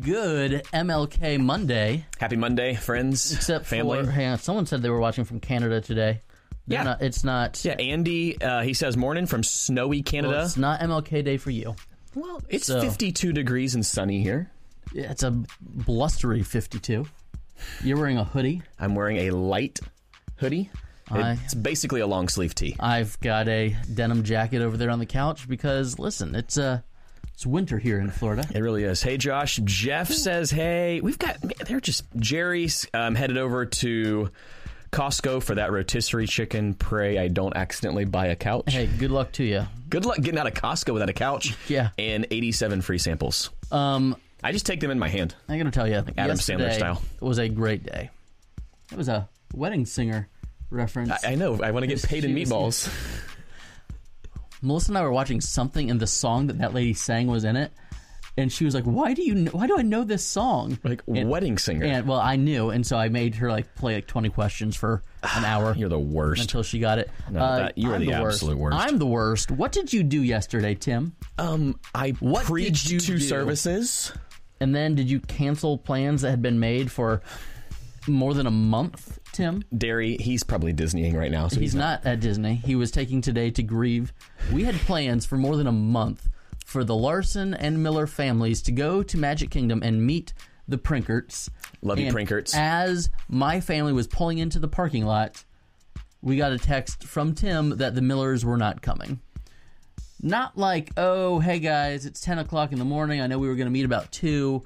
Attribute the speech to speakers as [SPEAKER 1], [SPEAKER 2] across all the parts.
[SPEAKER 1] Good MLK Monday.
[SPEAKER 2] Happy Monday, friends,
[SPEAKER 1] Except
[SPEAKER 2] family.
[SPEAKER 1] for hang on, someone said they were watching from Canada today. They're
[SPEAKER 2] Yeah.
[SPEAKER 1] not- it's not.
[SPEAKER 2] yeah, Andy, uh, he says, morning from snowy Canada.
[SPEAKER 1] well, it's not MLK Day for you.
[SPEAKER 2] Well, it's
[SPEAKER 1] So-
[SPEAKER 2] 52 degrees and sunny here.
[SPEAKER 1] Yeah, It's a blustery 52. You're wearing a hoodie.
[SPEAKER 2] I'm wearing a light hoodie.
[SPEAKER 1] I-
[SPEAKER 2] It's basically a long sleeve tee.
[SPEAKER 1] I've got a denim jacket over there on the couch because listen, it's uh, it's winter here in Florida.
[SPEAKER 2] It really is. Hey, Josh. Jeff says, hey, we've got, man, they're just, Jerry's um, headed over to Costco for that rotisserie chicken. Pray I don't accidentally buy a couch.
[SPEAKER 1] Hey, good luck to you.
[SPEAKER 2] Good luck getting out of Costco without a couch.
[SPEAKER 1] Yeah.
[SPEAKER 2] And 87 free samples.
[SPEAKER 1] Um,
[SPEAKER 2] I just take them in my hand.
[SPEAKER 1] I gotta tell you,
[SPEAKER 2] Adam Sandler
[SPEAKER 1] yesterday
[SPEAKER 2] style.
[SPEAKER 1] was a great day. It was a wedding singer reference.
[SPEAKER 2] I, I know. I want to get paid in
[SPEAKER 1] Excuse me.
[SPEAKER 2] meatballs.
[SPEAKER 1] Melissa and I were watching something, and the song that that lady sang was in it. And she was like, "Why do you? Know, why do I know this song?"
[SPEAKER 2] Like
[SPEAKER 1] And-
[SPEAKER 2] wedding singer.
[SPEAKER 1] And well, I knew, and so I made her like play like twenty questions for an hour
[SPEAKER 2] You're the worst.
[SPEAKER 1] until she got it. Uh,
[SPEAKER 2] No, that- you are
[SPEAKER 1] I'm
[SPEAKER 2] the absolute worst.
[SPEAKER 1] I'm the worst. What did you do yesterday, Tim?
[SPEAKER 2] Um, I
[SPEAKER 1] What did
[SPEAKER 2] preached
[SPEAKER 1] you
[SPEAKER 2] two
[SPEAKER 1] do?
[SPEAKER 2] services.
[SPEAKER 1] And then did you cancel plans that had been made for more than a month, Tim?
[SPEAKER 2] Derry, he's probably Disneying right now. So
[SPEAKER 1] He's not at Disney. He was taking today to grieve. We had plans for more than a month for the Larson and Miller families to go to Magic Kingdom and meet the Prinkerts.
[SPEAKER 2] Love you,
[SPEAKER 1] And
[SPEAKER 2] Prinkerts.
[SPEAKER 1] As my family was pulling into the parking lot, we got a text from Tim that the Millers were not coming. Not like, oh, hey guys, it's 10 o'clock in the morning. I know we were going to meet about 2.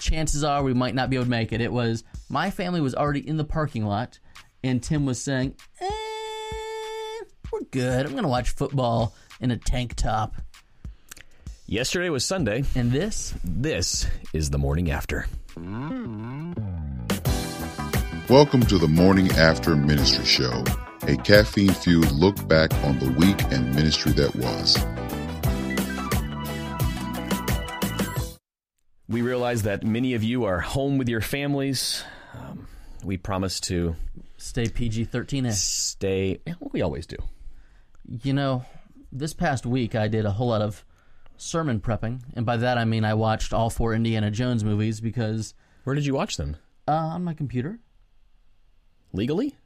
[SPEAKER 1] Chances are we might not be able to make it. It was, my family was already in the parking lot, and Tim was saying, eh, we're good. I'm going to watch football in a tank top.
[SPEAKER 2] Yesterday was Sunday.
[SPEAKER 1] And this,
[SPEAKER 2] This is the morning after.
[SPEAKER 3] Welcome to the Morning After Ministry Show, a caffeine fueled look back on the week and ministry that was.
[SPEAKER 2] We realize that many of you are home with your families. Um, we promise to
[SPEAKER 1] stay PG 13 ish.
[SPEAKER 2] stay. yeah, well, we always do.
[SPEAKER 1] You know, this past week I did a whole lot of sermon prepping, and by that I mean I watched all four Indiana Jones movies because
[SPEAKER 2] Where did you watch them?
[SPEAKER 1] uh, on my computer.
[SPEAKER 2] Legally?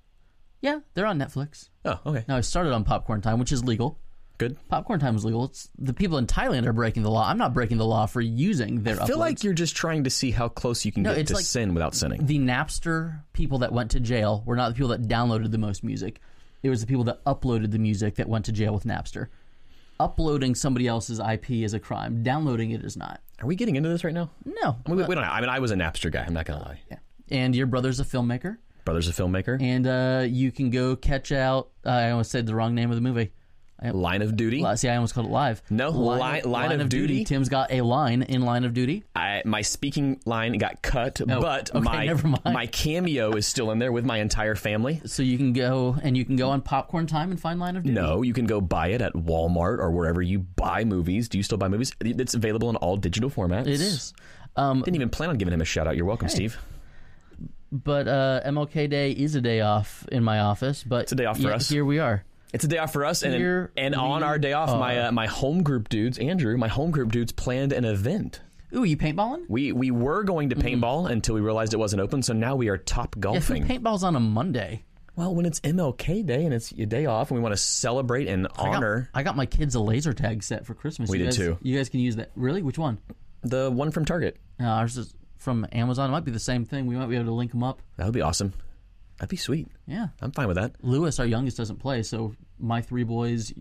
[SPEAKER 1] Yeah, they're on Netflix.
[SPEAKER 2] Oh, okay.
[SPEAKER 1] Now I started on Popcorn Time, which is legal.
[SPEAKER 2] Good.
[SPEAKER 1] Popcorn Time is legal. It's the people in Thailand are breaking the law. I'm not breaking the law for using their.
[SPEAKER 2] I feel
[SPEAKER 1] uploads.
[SPEAKER 2] like you're just trying to see how close you can
[SPEAKER 1] No,
[SPEAKER 2] get
[SPEAKER 1] it's
[SPEAKER 2] to
[SPEAKER 1] like-
[SPEAKER 2] sin without sinning.
[SPEAKER 1] the Napster people that went to jail were not the people that downloaded the most music. It was the people that uploaded the music that went to jail with Napster. Uploading somebody else's IP is a crime. Downloading it is not.
[SPEAKER 2] Are we getting into this right now?
[SPEAKER 1] No.
[SPEAKER 2] We, we don't know. I mean, I was a Napster guy. I'm not going to lie.
[SPEAKER 1] and your brother's a filmmaker,
[SPEAKER 2] Brother's a filmmaker.
[SPEAKER 1] and uh, you can go catch out. Uh, I almost said the wrong name of the movie.
[SPEAKER 2] Line of Duty.
[SPEAKER 1] Li- See, I almost called it live.
[SPEAKER 2] No, Li- Line of Duty.
[SPEAKER 1] Tim's got a line in Line of Duty.
[SPEAKER 2] I, my speaking line got cut, but
[SPEAKER 1] Oh, okay,
[SPEAKER 2] my
[SPEAKER 1] never mind.
[SPEAKER 2] my cameo is still in there with my entire family.
[SPEAKER 1] So you can go and you can go on Popcorn Time and find Line of Duty.
[SPEAKER 2] No, you can go buy it at Walmart or wherever you buy movies. Do you still buy movies? It's available in all digital formats.
[SPEAKER 1] it is. Um,
[SPEAKER 2] Didn't even plan on giving him a shout out. You're welcome, Steve.
[SPEAKER 1] but uh, MLK Day is a day off in my office. But it's
[SPEAKER 2] a day off for us.
[SPEAKER 1] Here we are.
[SPEAKER 2] It's a day off for us, and
[SPEAKER 1] Here
[SPEAKER 2] and
[SPEAKER 1] we
[SPEAKER 2] on our day off, my uh, my home group dudes, Andrew, my home group dudes planned an event.
[SPEAKER 1] Ooh, you paintballing?
[SPEAKER 2] We we were going to
[SPEAKER 1] Mm-hmm.
[SPEAKER 2] paintball until we realized it wasn't open, so now we are top
[SPEAKER 1] Yeah, who
[SPEAKER 2] golfing.
[SPEAKER 1] paintballs on a Monday?
[SPEAKER 2] well, when it's MLK Day and it's your day off, and we want to celebrate and
[SPEAKER 1] I got-
[SPEAKER 2] honor
[SPEAKER 1] I got, my kids a laser tag set for Christmas.
[SPEAKER 2] We
[SPEAKER 1] you
[SPEAKER 2] did
[SPEAKER 1] guys,
[SPEAKER 2] too.
[SPEAKER 1] You guys can use that. Really? Which one?
[SPEAKER 2] the one from Target.
[SPEAKER 1] Uh, ours is from Amazon. It might be the same thing. We might be able to link them up.
[SPEAKER 2] That would be awesome. That'd be sweet.
[SPEAKER 1] Yeah.
[SPEAKER 2] I'm fine with that.
[SPEAKER 1] Lewis, our youngest, doesn't play, so my three boys,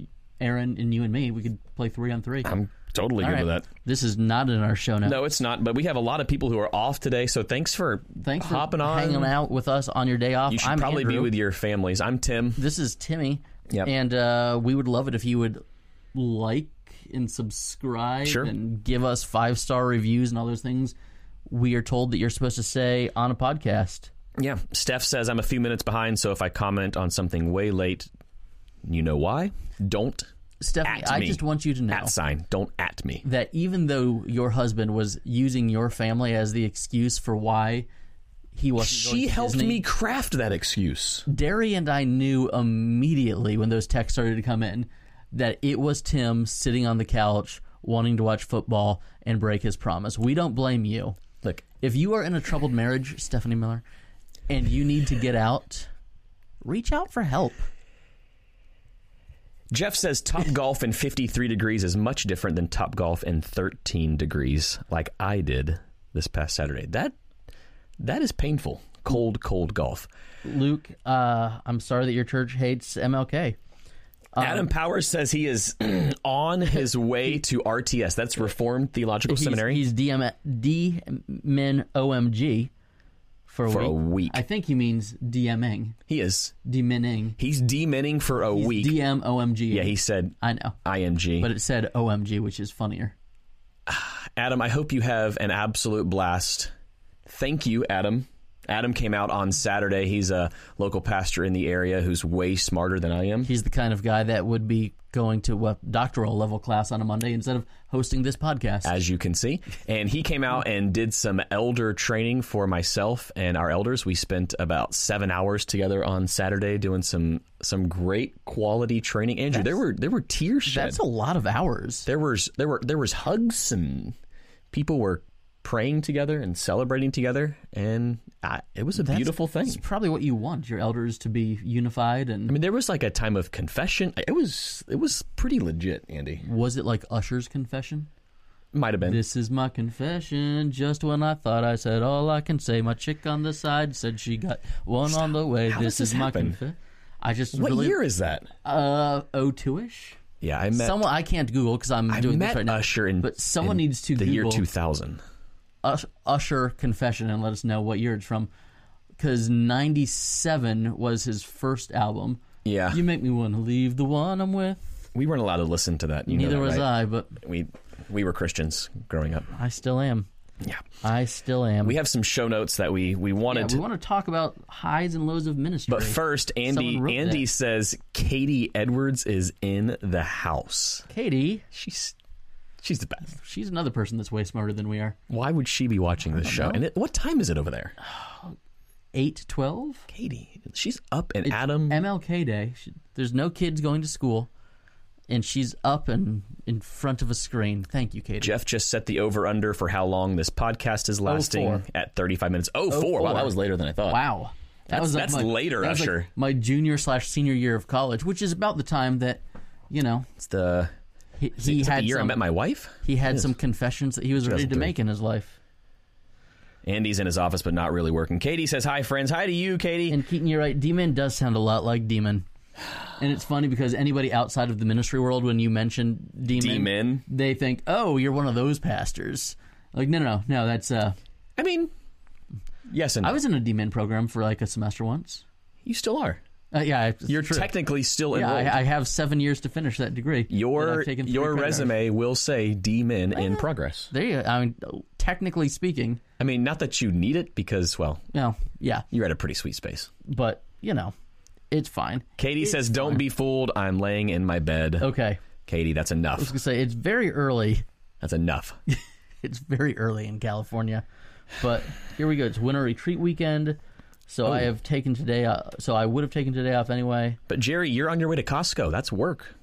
[SPEAKER 1] Aaron and you and me, we could play three on 3
[SPEAKER 2] I'm totally
[SPEAKER 1] All
[SPEAKER 2] good
[SPEAKER 1] right.
[SPEAKER 2] with that.
[SPEAKER 1] This is not in our show now.
[SPEAKER 2] No, it's not. But we have a lot of people who are off today, so thanks for
[SPEAKER 1] Thanks for
[SPEAKER 2] hopping on.
[SPEAKER 1] hanging out with us on your day off.
[SPEAKER 2] You should
[SPEAKER 1] I'm
[SPEAKER 2] probably
[SPEAKER 1] Andrew.
[SPEAKER 2] be with your families. I'm Tim.
[SPEAKER 1] This is Timmy,
[SPEAKER 2] Yep.
[SPEAKER 1] and uh, we would love it if you would like and subscribe
[SPEAKER 2] Sure.
[SPEAKER 1] and give us five star reviews and all those things we are told that you're supposed to say on a podcast.
[SPEAKER 2] Yeah. Steph says I'm a few minutes behind, so if I comment on something way late, you know why? Don't
[SPEAKER 1] Stephanie,
[SPEAKER 2] At
[SPEAKER 1] I
[SPEAKER 2] me.
[SPEAKER 1] just want you to know
[SPEAKER 2] at sign. Don't at me.
[SPEAKER 1] that even though your husband was using your family as the excuse for why he wasn't going
[SPEAKER 2] She
[SPEAKER 1] to
[SPEAKER 2] helped
[SPEAKER 1] Disney,
[SPEAKER 2] me craft that excuse.
[SPEAKER 1] Derry and I knew immediately when those texts started to come in that it was Tim sitting on the couch wanting to watch football and break his promise. We don't blame you.
[SPEAKER 2] Look,
[SPEAKER 1] If you are in a troubled marriage, Stephanie Miller, and you need to get out, reach out for help.
[SPEAKER 2] Jeff says Top Golf in 53 degrees is much different than Top Golf in 13 degrees, like I did this past Saturday. That that is painful. Cold, cold golf.
[SPEAKER 1] Luke, uh, I'm sorry that your church hates MLK. Um,
[SPEAKER 2] Adam Powers says he is on his way to RTS. That's Reformed Theological
[SPEAKER 1] He's-
[SPEAKER 2] Seminary.
[SPEAKER 1] He's DM, D men OMG for a
[SPEAKER 2] For
[SPEAKER 1] week.
[SPEAKER 2] a week.
[SPEAKER 1] I think he means DMing,
[SPEAKER 2] he is.
[SPEAKER 1] DMing,
[SPEAKER 2] He's dementing for a week.
[SPEAKER 1] DM OMG.
[SPEAKER 2] yeah, he said
[SPEAKER 1] I know,
[SPEAKER 2] IMG.
[SPEAKER 1] but it said OMG, which is funnier.
[SPEAKER 2] Adam, I hope you have an absolute blast. Thank you, Adam. Adam came out on Saturday. He's a local pastor in the area who's way smarter than I am.
[SPEAKER 1] He's the kind of guy that would be going to a doctoral level class on a Monday instead of hosting this podcast.
[SPEAKER 2] as you can see. And he came out and did some elder training for myself and our elders. We spent about seven hours together on Saturday doing some some great quality training. Andrew, there were there were tears shed.
[SPEAKER 1] That's a lot of hours.
[SPEAKER 2] there was there were there was hugs and people were praying together and celebrating together, and I, it was a beautiful thing.
[SPEAKER 1] It's probably what you want your elders to be unified. And
[SPEAKER 2] I mean, there was like a time of confession. It was it was pretty legit, Andy.
[SPEAKER 1] was it like Usher's confession?
[SPEAKER 2] Might have been.
[SPEAKER 1] This is my confession. Just when I thought I said all I can say, my chick on the side said she got one on the way.
[SPEAKER 2] How
[SPEAKER 1] this,
[SPEAKER 2] does
[SPEAKER 1] is
[SPEAKER 2] this
[SPEAKER 1] my
[SPEAKER 2] happen?
[SPEAKER 1] confession. I just
[SPEAKER 2] what
[SPEAKER 1] really
[SPEAKER 2] year is that?
[SPEAKER 1] uh oh two ish.
[SPEAKER 2] Yeah, I met
[SPEAKER 1] Someone I can't Google because I'm
[SPEAKER 2] I
[SPEAKER 1] doing
[SPEAKER 2] met
[SPEAKER 1] this right now.
[SPEAKER 2] Usher in
[SPEAKER 1] but someone
[SPEAKER 2] in
[SPEAKER 1] needs to
[SPEAKER 2] the year
[SPEAKER 1] Google-
[SPEAKER 2] 2000.
[SPEAKER 1] Us- Usher confession and let us know what year it's from. Because '97 was his first album.
[SPEAKER 2] Yeah,
[SPEAKER 1] You make me want to leave the one I'm with.
[SPEAKER 2] we weren't allowed to listen to that. You
[SPEAKER 1] Neither
[SPEAKER 2] know that,
[SPEAKER 1] was
[SPEAKER 2] right?
[SPEAKER 1] I, but
[SPEAKER 2] We we were Christians growing up.
[SPEAKER 1] I still am.
[SPEAKER 2] Yeah,
[SPEAKER 1] I still am.
[SPEAKER 2] we have some show notes that we we wanted
[SPEAKER 1] yeah,
[SPEAKER 2] to.
[SPEAKER 1] we want to talk about highs and lows of ministry.
[SPEAKER 2] but first, Andy
[SPEAKER 1] Someone wrote
[SPEAKER 2] Andy
[SPEAKER 1] that.
[SPEAKER 2] says Katie Edwards is in the house.
[SPEAKER 1] Katie,
[SPEAKER 2] She's she's the best.
[SPEAKER 1] she's another person that's way smarter than we are.
[SPEAKER 2] Why would she be watching this show? And it, what time is it over there?
[SPEAKER 1] Eight twelve.
[SPEAKER 2] Katie, she's up and Adam.
[SPEAKER 1] MLK Day. She, there's no kids going to school, and she's up and in front of a screen. Thank you, Katie.
[SPEAKER 2] Jeff just set the over under for how long this podcast is lasting
[SPEAKER 1] Oh, four.
[SPEAKER 2] at 35 minutes. Oh, four. Wow,
[SPEAKER 1] four.
[SPEAKER 2] that was later than I thought.
[SPEAKER 1] wow, that was
[SPEAKER 2] that's later,
[SPEAKER 1] that was like
[SPEAKER 2] Usher.
[SPEAKER 1] my junior slash senior year of college, which is about the time that you know
[SPEAKER 2] It's the,
[SPEAKER 1] he, he
[SPEAKER 2] it's the
[SPEAKER 1] had
[SPEAKER 2] year I
[SPEAKER 1] some,
[SPEAKER 2] met my wife.
[SPEAKER 1] he had some confessions that he was ready to
[SPEAKER 2] 2003.
[SPEAKER 1] make in his life.
[SPEAKER 2] Andy's in his office, but not really working. Katie says, "Hi, friends. Hi to you, Katie."
[SPEAKER 1] And Keaton, you're right. Demon does sound a lot like Demon. And it's funny because anybody outside of the ministry world, when you mention Demon,
[SPEAKER 2] Demon.
[SPEAKER 1] they think, "Oh, you're one of those pastors." Like, no, no, no, no. That's uh,
[SPEAKER 2] I mean, yes, and
[SPEAKER 1] I
[SPEAKER 2] no.
[SPEAKER 1] was in a Demon program for like a semester once.
[SPEAKER 2] you still are.
[SPEAKER 1] Uh, yeah, it's
[SPEAKER 2] You're
[SPEAKER 1] true.
[SPEAKER 2] technically still
[SPEAKER 1] Yeah,
[SPEAKER 2] enrolled.
[SPEAKER 1] I, I have seven years to finish that degree. that
[SPEAKER 2] your
[SPEAKER 1] I've taken three
[SPEAKER 2] your
[SPEAKER 1] credit hours.
[SPEAKER 2] resume will say D min in progress.
[SPEAKER 1] There you. I mean, technically speaking,
[SPEAKER 2] I mean, not that you need it because, well,
[SPEAKER 1] no, yeah,
[SPEAKER 2] you're at a pretty sweet space.
[SPEAKER 1] but you know, it's fine.
[SPEAKER 2] Katie says, "Don't be fooled. I'm laying in my bed."
[SPEAKER 1] Okay, I
[SPEAKER 2] Katie, that's enough.
[SPEAKER 1] was gonna say it's very early.
[SPEAKER 2] That's enough.
[SPEAKER 1] It's very early in California, but here we go. It's winter retreat weekend, so
[SPEAKER 2] Oh.
[SPEAKER 1] I have taken today. Uh, so I would have taken today off anyway,
[SPEAKER 2] but Jerry, you're on your way to Costco. That's work.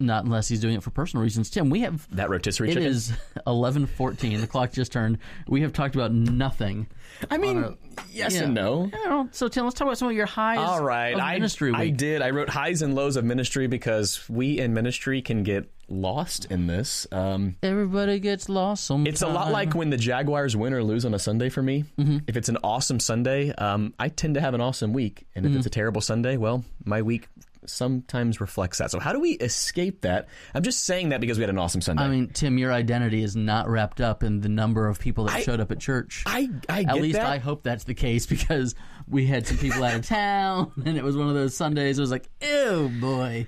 [SPEAKER 1] not unless he's doing it for personal reasons. Tim, we have
[SPEAKER 2] That rotisserie
[SPEAKER 1] It
[SPEAKER 2] chicken.
[SPEAKER 1] is eleven fourteen. The clock just turned. We have talked about nothing.
[SPEAKER 2] I mean, yes
[SPEAKER 1] Yeah.
[SPEAKER 2] and no.
[SPEAKER 1] I don't- So Tim, let's talk about some of your highs.
[SPEAKER 2] All right,
[SPEAKER 1] of
[SPEAKER 2] I,
[SPEAKER 1] ministry
[SPEAKER 2] I
[SPEAKER 1] week.
[SPEAKER 2] did. I wrote highs and lows of ministry because we in ministry can get lost in this. Um,
[SPEAKER 1] Everybody gets lost. Sometimes.
[SPEAKER 2] it's a lot like
[SPEAKER 1] Uh-huh.
[SPEAKER 2] when the Jaguars win or lose on a Sunday for me.
[SPEAKER 1] Mm-hmm.
[SPEAKER 2] If it's an awesome Sunday, um, I tend to have an awesome week, and if it's
[SPEAKER 1] Mm-hmm.
[SPEAKER 2] a terrible Sunday, well, my week sometimes reflects that. So how do we escape that? I'm just saying that because we had an awesome Sunday.
[SPEAKER 1] I mean, Tim, your identity is not wrapped up in the number of people that showed up at church.
[SPEAKER 2] I I
[SPEAKER 1] at
[SPEAKER 2] get
[SPEAKER 1] least
[SPEAKER 2] that.
[SPEAKER 1] I hope that's the case because we had some people out of town, and it was one of those Sundays. It was like, ew, boy.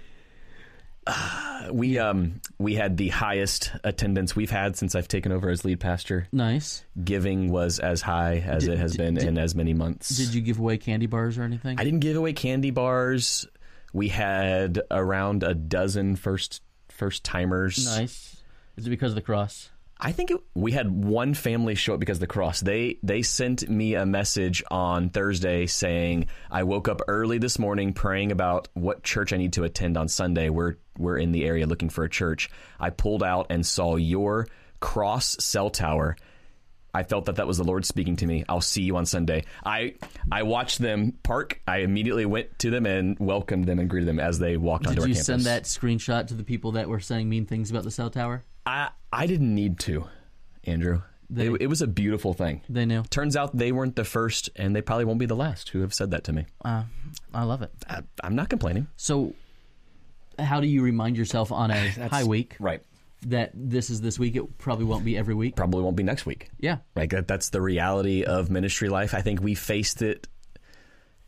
[SPEAKER 2] we um we had the highest attendance we've had since I've taken over as lead pastor.
[SPEAKER 1] Nice.
[SPEAKER 2] Giving was as high as it has been in as many months.
[SPEAKER 1] Did you give away candy bars or anything?
[SPEAKER 2] I didn't give away candy bars. We had around a dozen first first timers.
[SPEAKER 1] nice. Is it because of the cross?
[SPEAKER 2] I think it, we had one family show up because of the cross. They they sent me a message on Thursday saying I woke up early this morning praying about what church I need to attend on Sunday. We're we're in the area looking for a church. I pulled out and saw your cross cell tower. I felt that that was the Lord speaking to me. I'll see you on Sunday. I I watched them park. I immediately went to them and welcomed them and greeted them as they walked onto
[SPEAKER 1] Did
[SPEAKER 2] our
[SPEAKER 1] you
[SPEAKER 2] campus.
[SPEAKER 1] send that screenshot to the people that were saying mean things about the cell tower?
[SPEAKER 2] I I didn't need to, Andrew. it, it was a beautiful thing.
[SPEAKER 1] They knew.
[SPEAKER 2] Turns out they weren't the first, and they probably won't be the last who have said that to me.
[SPEAKER 1] Uh, I love it.
[SPEAKER 2] I, I'm not complaining.
[SPEAKER 1] So, how do you remind yourself on a high week
[SPEAKER 2] Right.
[SPEAKER 1] that this is this week? It probably won't be every week.
[SPEAKER 2] Probably won't be next week.
[SPEAKER 1] Yeah.
[SPEAKER 2] Like that, that's the reality of ministry life. I think we faced it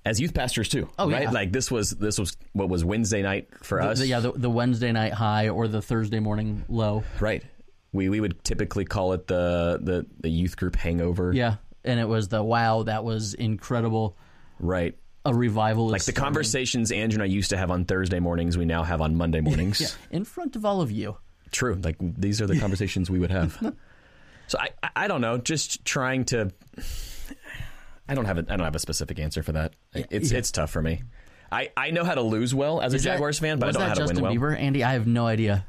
[SPEAKER 2] as youth pastors too.
[SPEAKER 1] Oh,
[SPEAKER 2] right?
[SPEAKER 1] yeah.
[SPEAKER 2] Like this was this was what was Wednesday night for us.
[SPEAKER 1] The, yeah, the, the Wednesday night high or the Thursday morning low.
[SPEAKER 2] Right. We we would typically call it the the, the youth group hangover.
[SPEAKER 1] Yeah. And it was the wow, that was incredible.
[SPEAKER 2] Right.
[SPEAKER 1] A revival.
[SPEAKER 2] Like the conversations Andrew and I used to have on Thursday mornings, we now have on Monday mornings.
[SPEAKER 1] in front of all of you.
[SPEAKER 2] True. Like these are the conversations we would have. So I, I I don't know. Just trying to. I don't have a I don't have a specific answer for that. It's it's tough for me. I, I know how to lose well as a
[SPEAKER 1] Is that-
[SPEAKER 2] Jaguars fan, but I
[SPEAKER 1] was
[SPEAKER 2] don't
[SPEAKER 1] that
[SPEAKER 2] know how to
[SPEAKER 1] Justin
[SPEAKER 2] win well.
[SPEAKER 1] Bieber? Andy, I have no idea.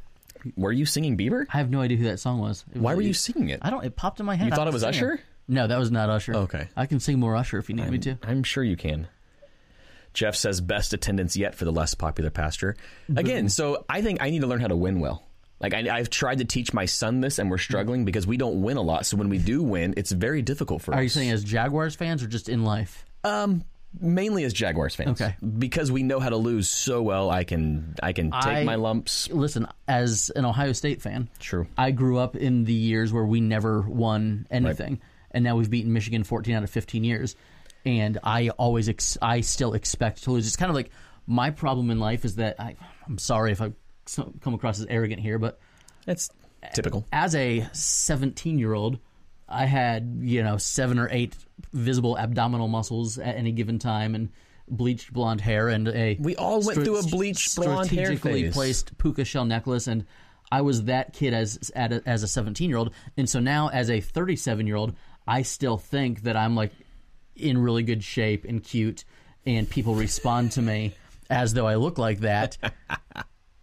[SPEAKER 2] Were you singing Bieber?
[SPEAKER 1] I have no idea who that song was. It was
[SPEAKER 2] Why were you singing it?
[SPEAKER 1] I don't. It popped in my head.
[SPEAKER 2] You
[SPEAKER 1] I
[SPEAKER 2] thought it was
[SPEAKER 1] singing.
[SPEAKER 2] Usher? Oh,
[SPEAKER 1] No, that was not Usher.
[SPEAKER 2] Okay.
[SPEAKER 1] I can sing more Usher if you need me to.
[SPEAKER 2] I'm sure you can. Jeff says best attendance yet for the less popular pastor. Again, so I think I need to learn how to win well. Like I, I've tried to teach my son this, and we're struggling because we don't win a lot. So when we do win, it's very difficult for us.
[SPEAKER 1] Are you saying as Jaguars fans or just in life?
[SPEAKER 2] Um, mainly as Jaguars fans.
[SPEAKER 1] Okay.
[SPEAKER 2] Because we know how to lose so well, I can I can take
[SPEAKER 1] I-
[SPEAKER 2] my lumps.
[SPEAKER 1] Listen, as an Ohio State fan,
[SPEAKER 2] True.
[SPEAKER 1] I grew up in the years where we never won anything, and now we've beaten Michigan 14 out of 15 years, and I always ex- I still expect to lose. It's kind of like my problem in life is that I, I'm sorry if I so- come across as arrogant here, but
[SPEAKER 2] That's typical.
[SPEAKER 1] as a 17 year old, I had, you know, seven or eight visible abdominal muscles at any given time and bleached blonde hair and a.
[SPEAKER 2] We all went through a bleached blonde hair
[SPEAKER 1] Strategically
[SPEAKER 2] phase.
[SPEAKER 1] placed puka shell necklace. And I was that kid as, at a- as a 17 year old. And so now as a 37 year old, I still think that I'm like in really good shape and cute and people respond to me as though I look like that.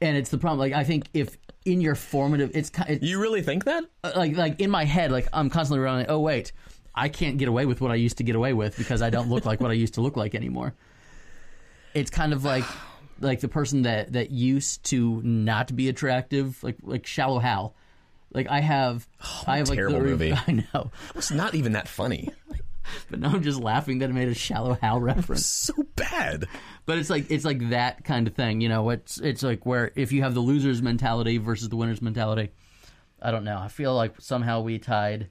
[SPEAKER 1] And it's the problem. Like I think if in your formative, it's ki- it's
[SPEAKER 2] You really think that?
[SPEAKER 1] like like in my head, like I'm constantly running. Oh wait, I can't get away with what I used to get away with because I don't look like what I used to look like anymore. It's kind of like like the person that that used to not be attractive, like like shallow Hal. Like I have, I have like
[SPEAKER 2] Oh, terrible
[SPEAKER 1] the, re-
[SPEAKER 2] movie.
[SPEAKER 1] I know,
[SPEAKER 2] It's not even that funny.
[SPEAKER 1] but now I'm just laughing that I made a shallow Hal reference.
[SPEAKER 2] So bad.
[SPEAKER 1] But it's like it's like that kind of thing, you know. It's it's like where if you have the losers mentality versus the winners mentality. I don't know. I feel like somehow we tied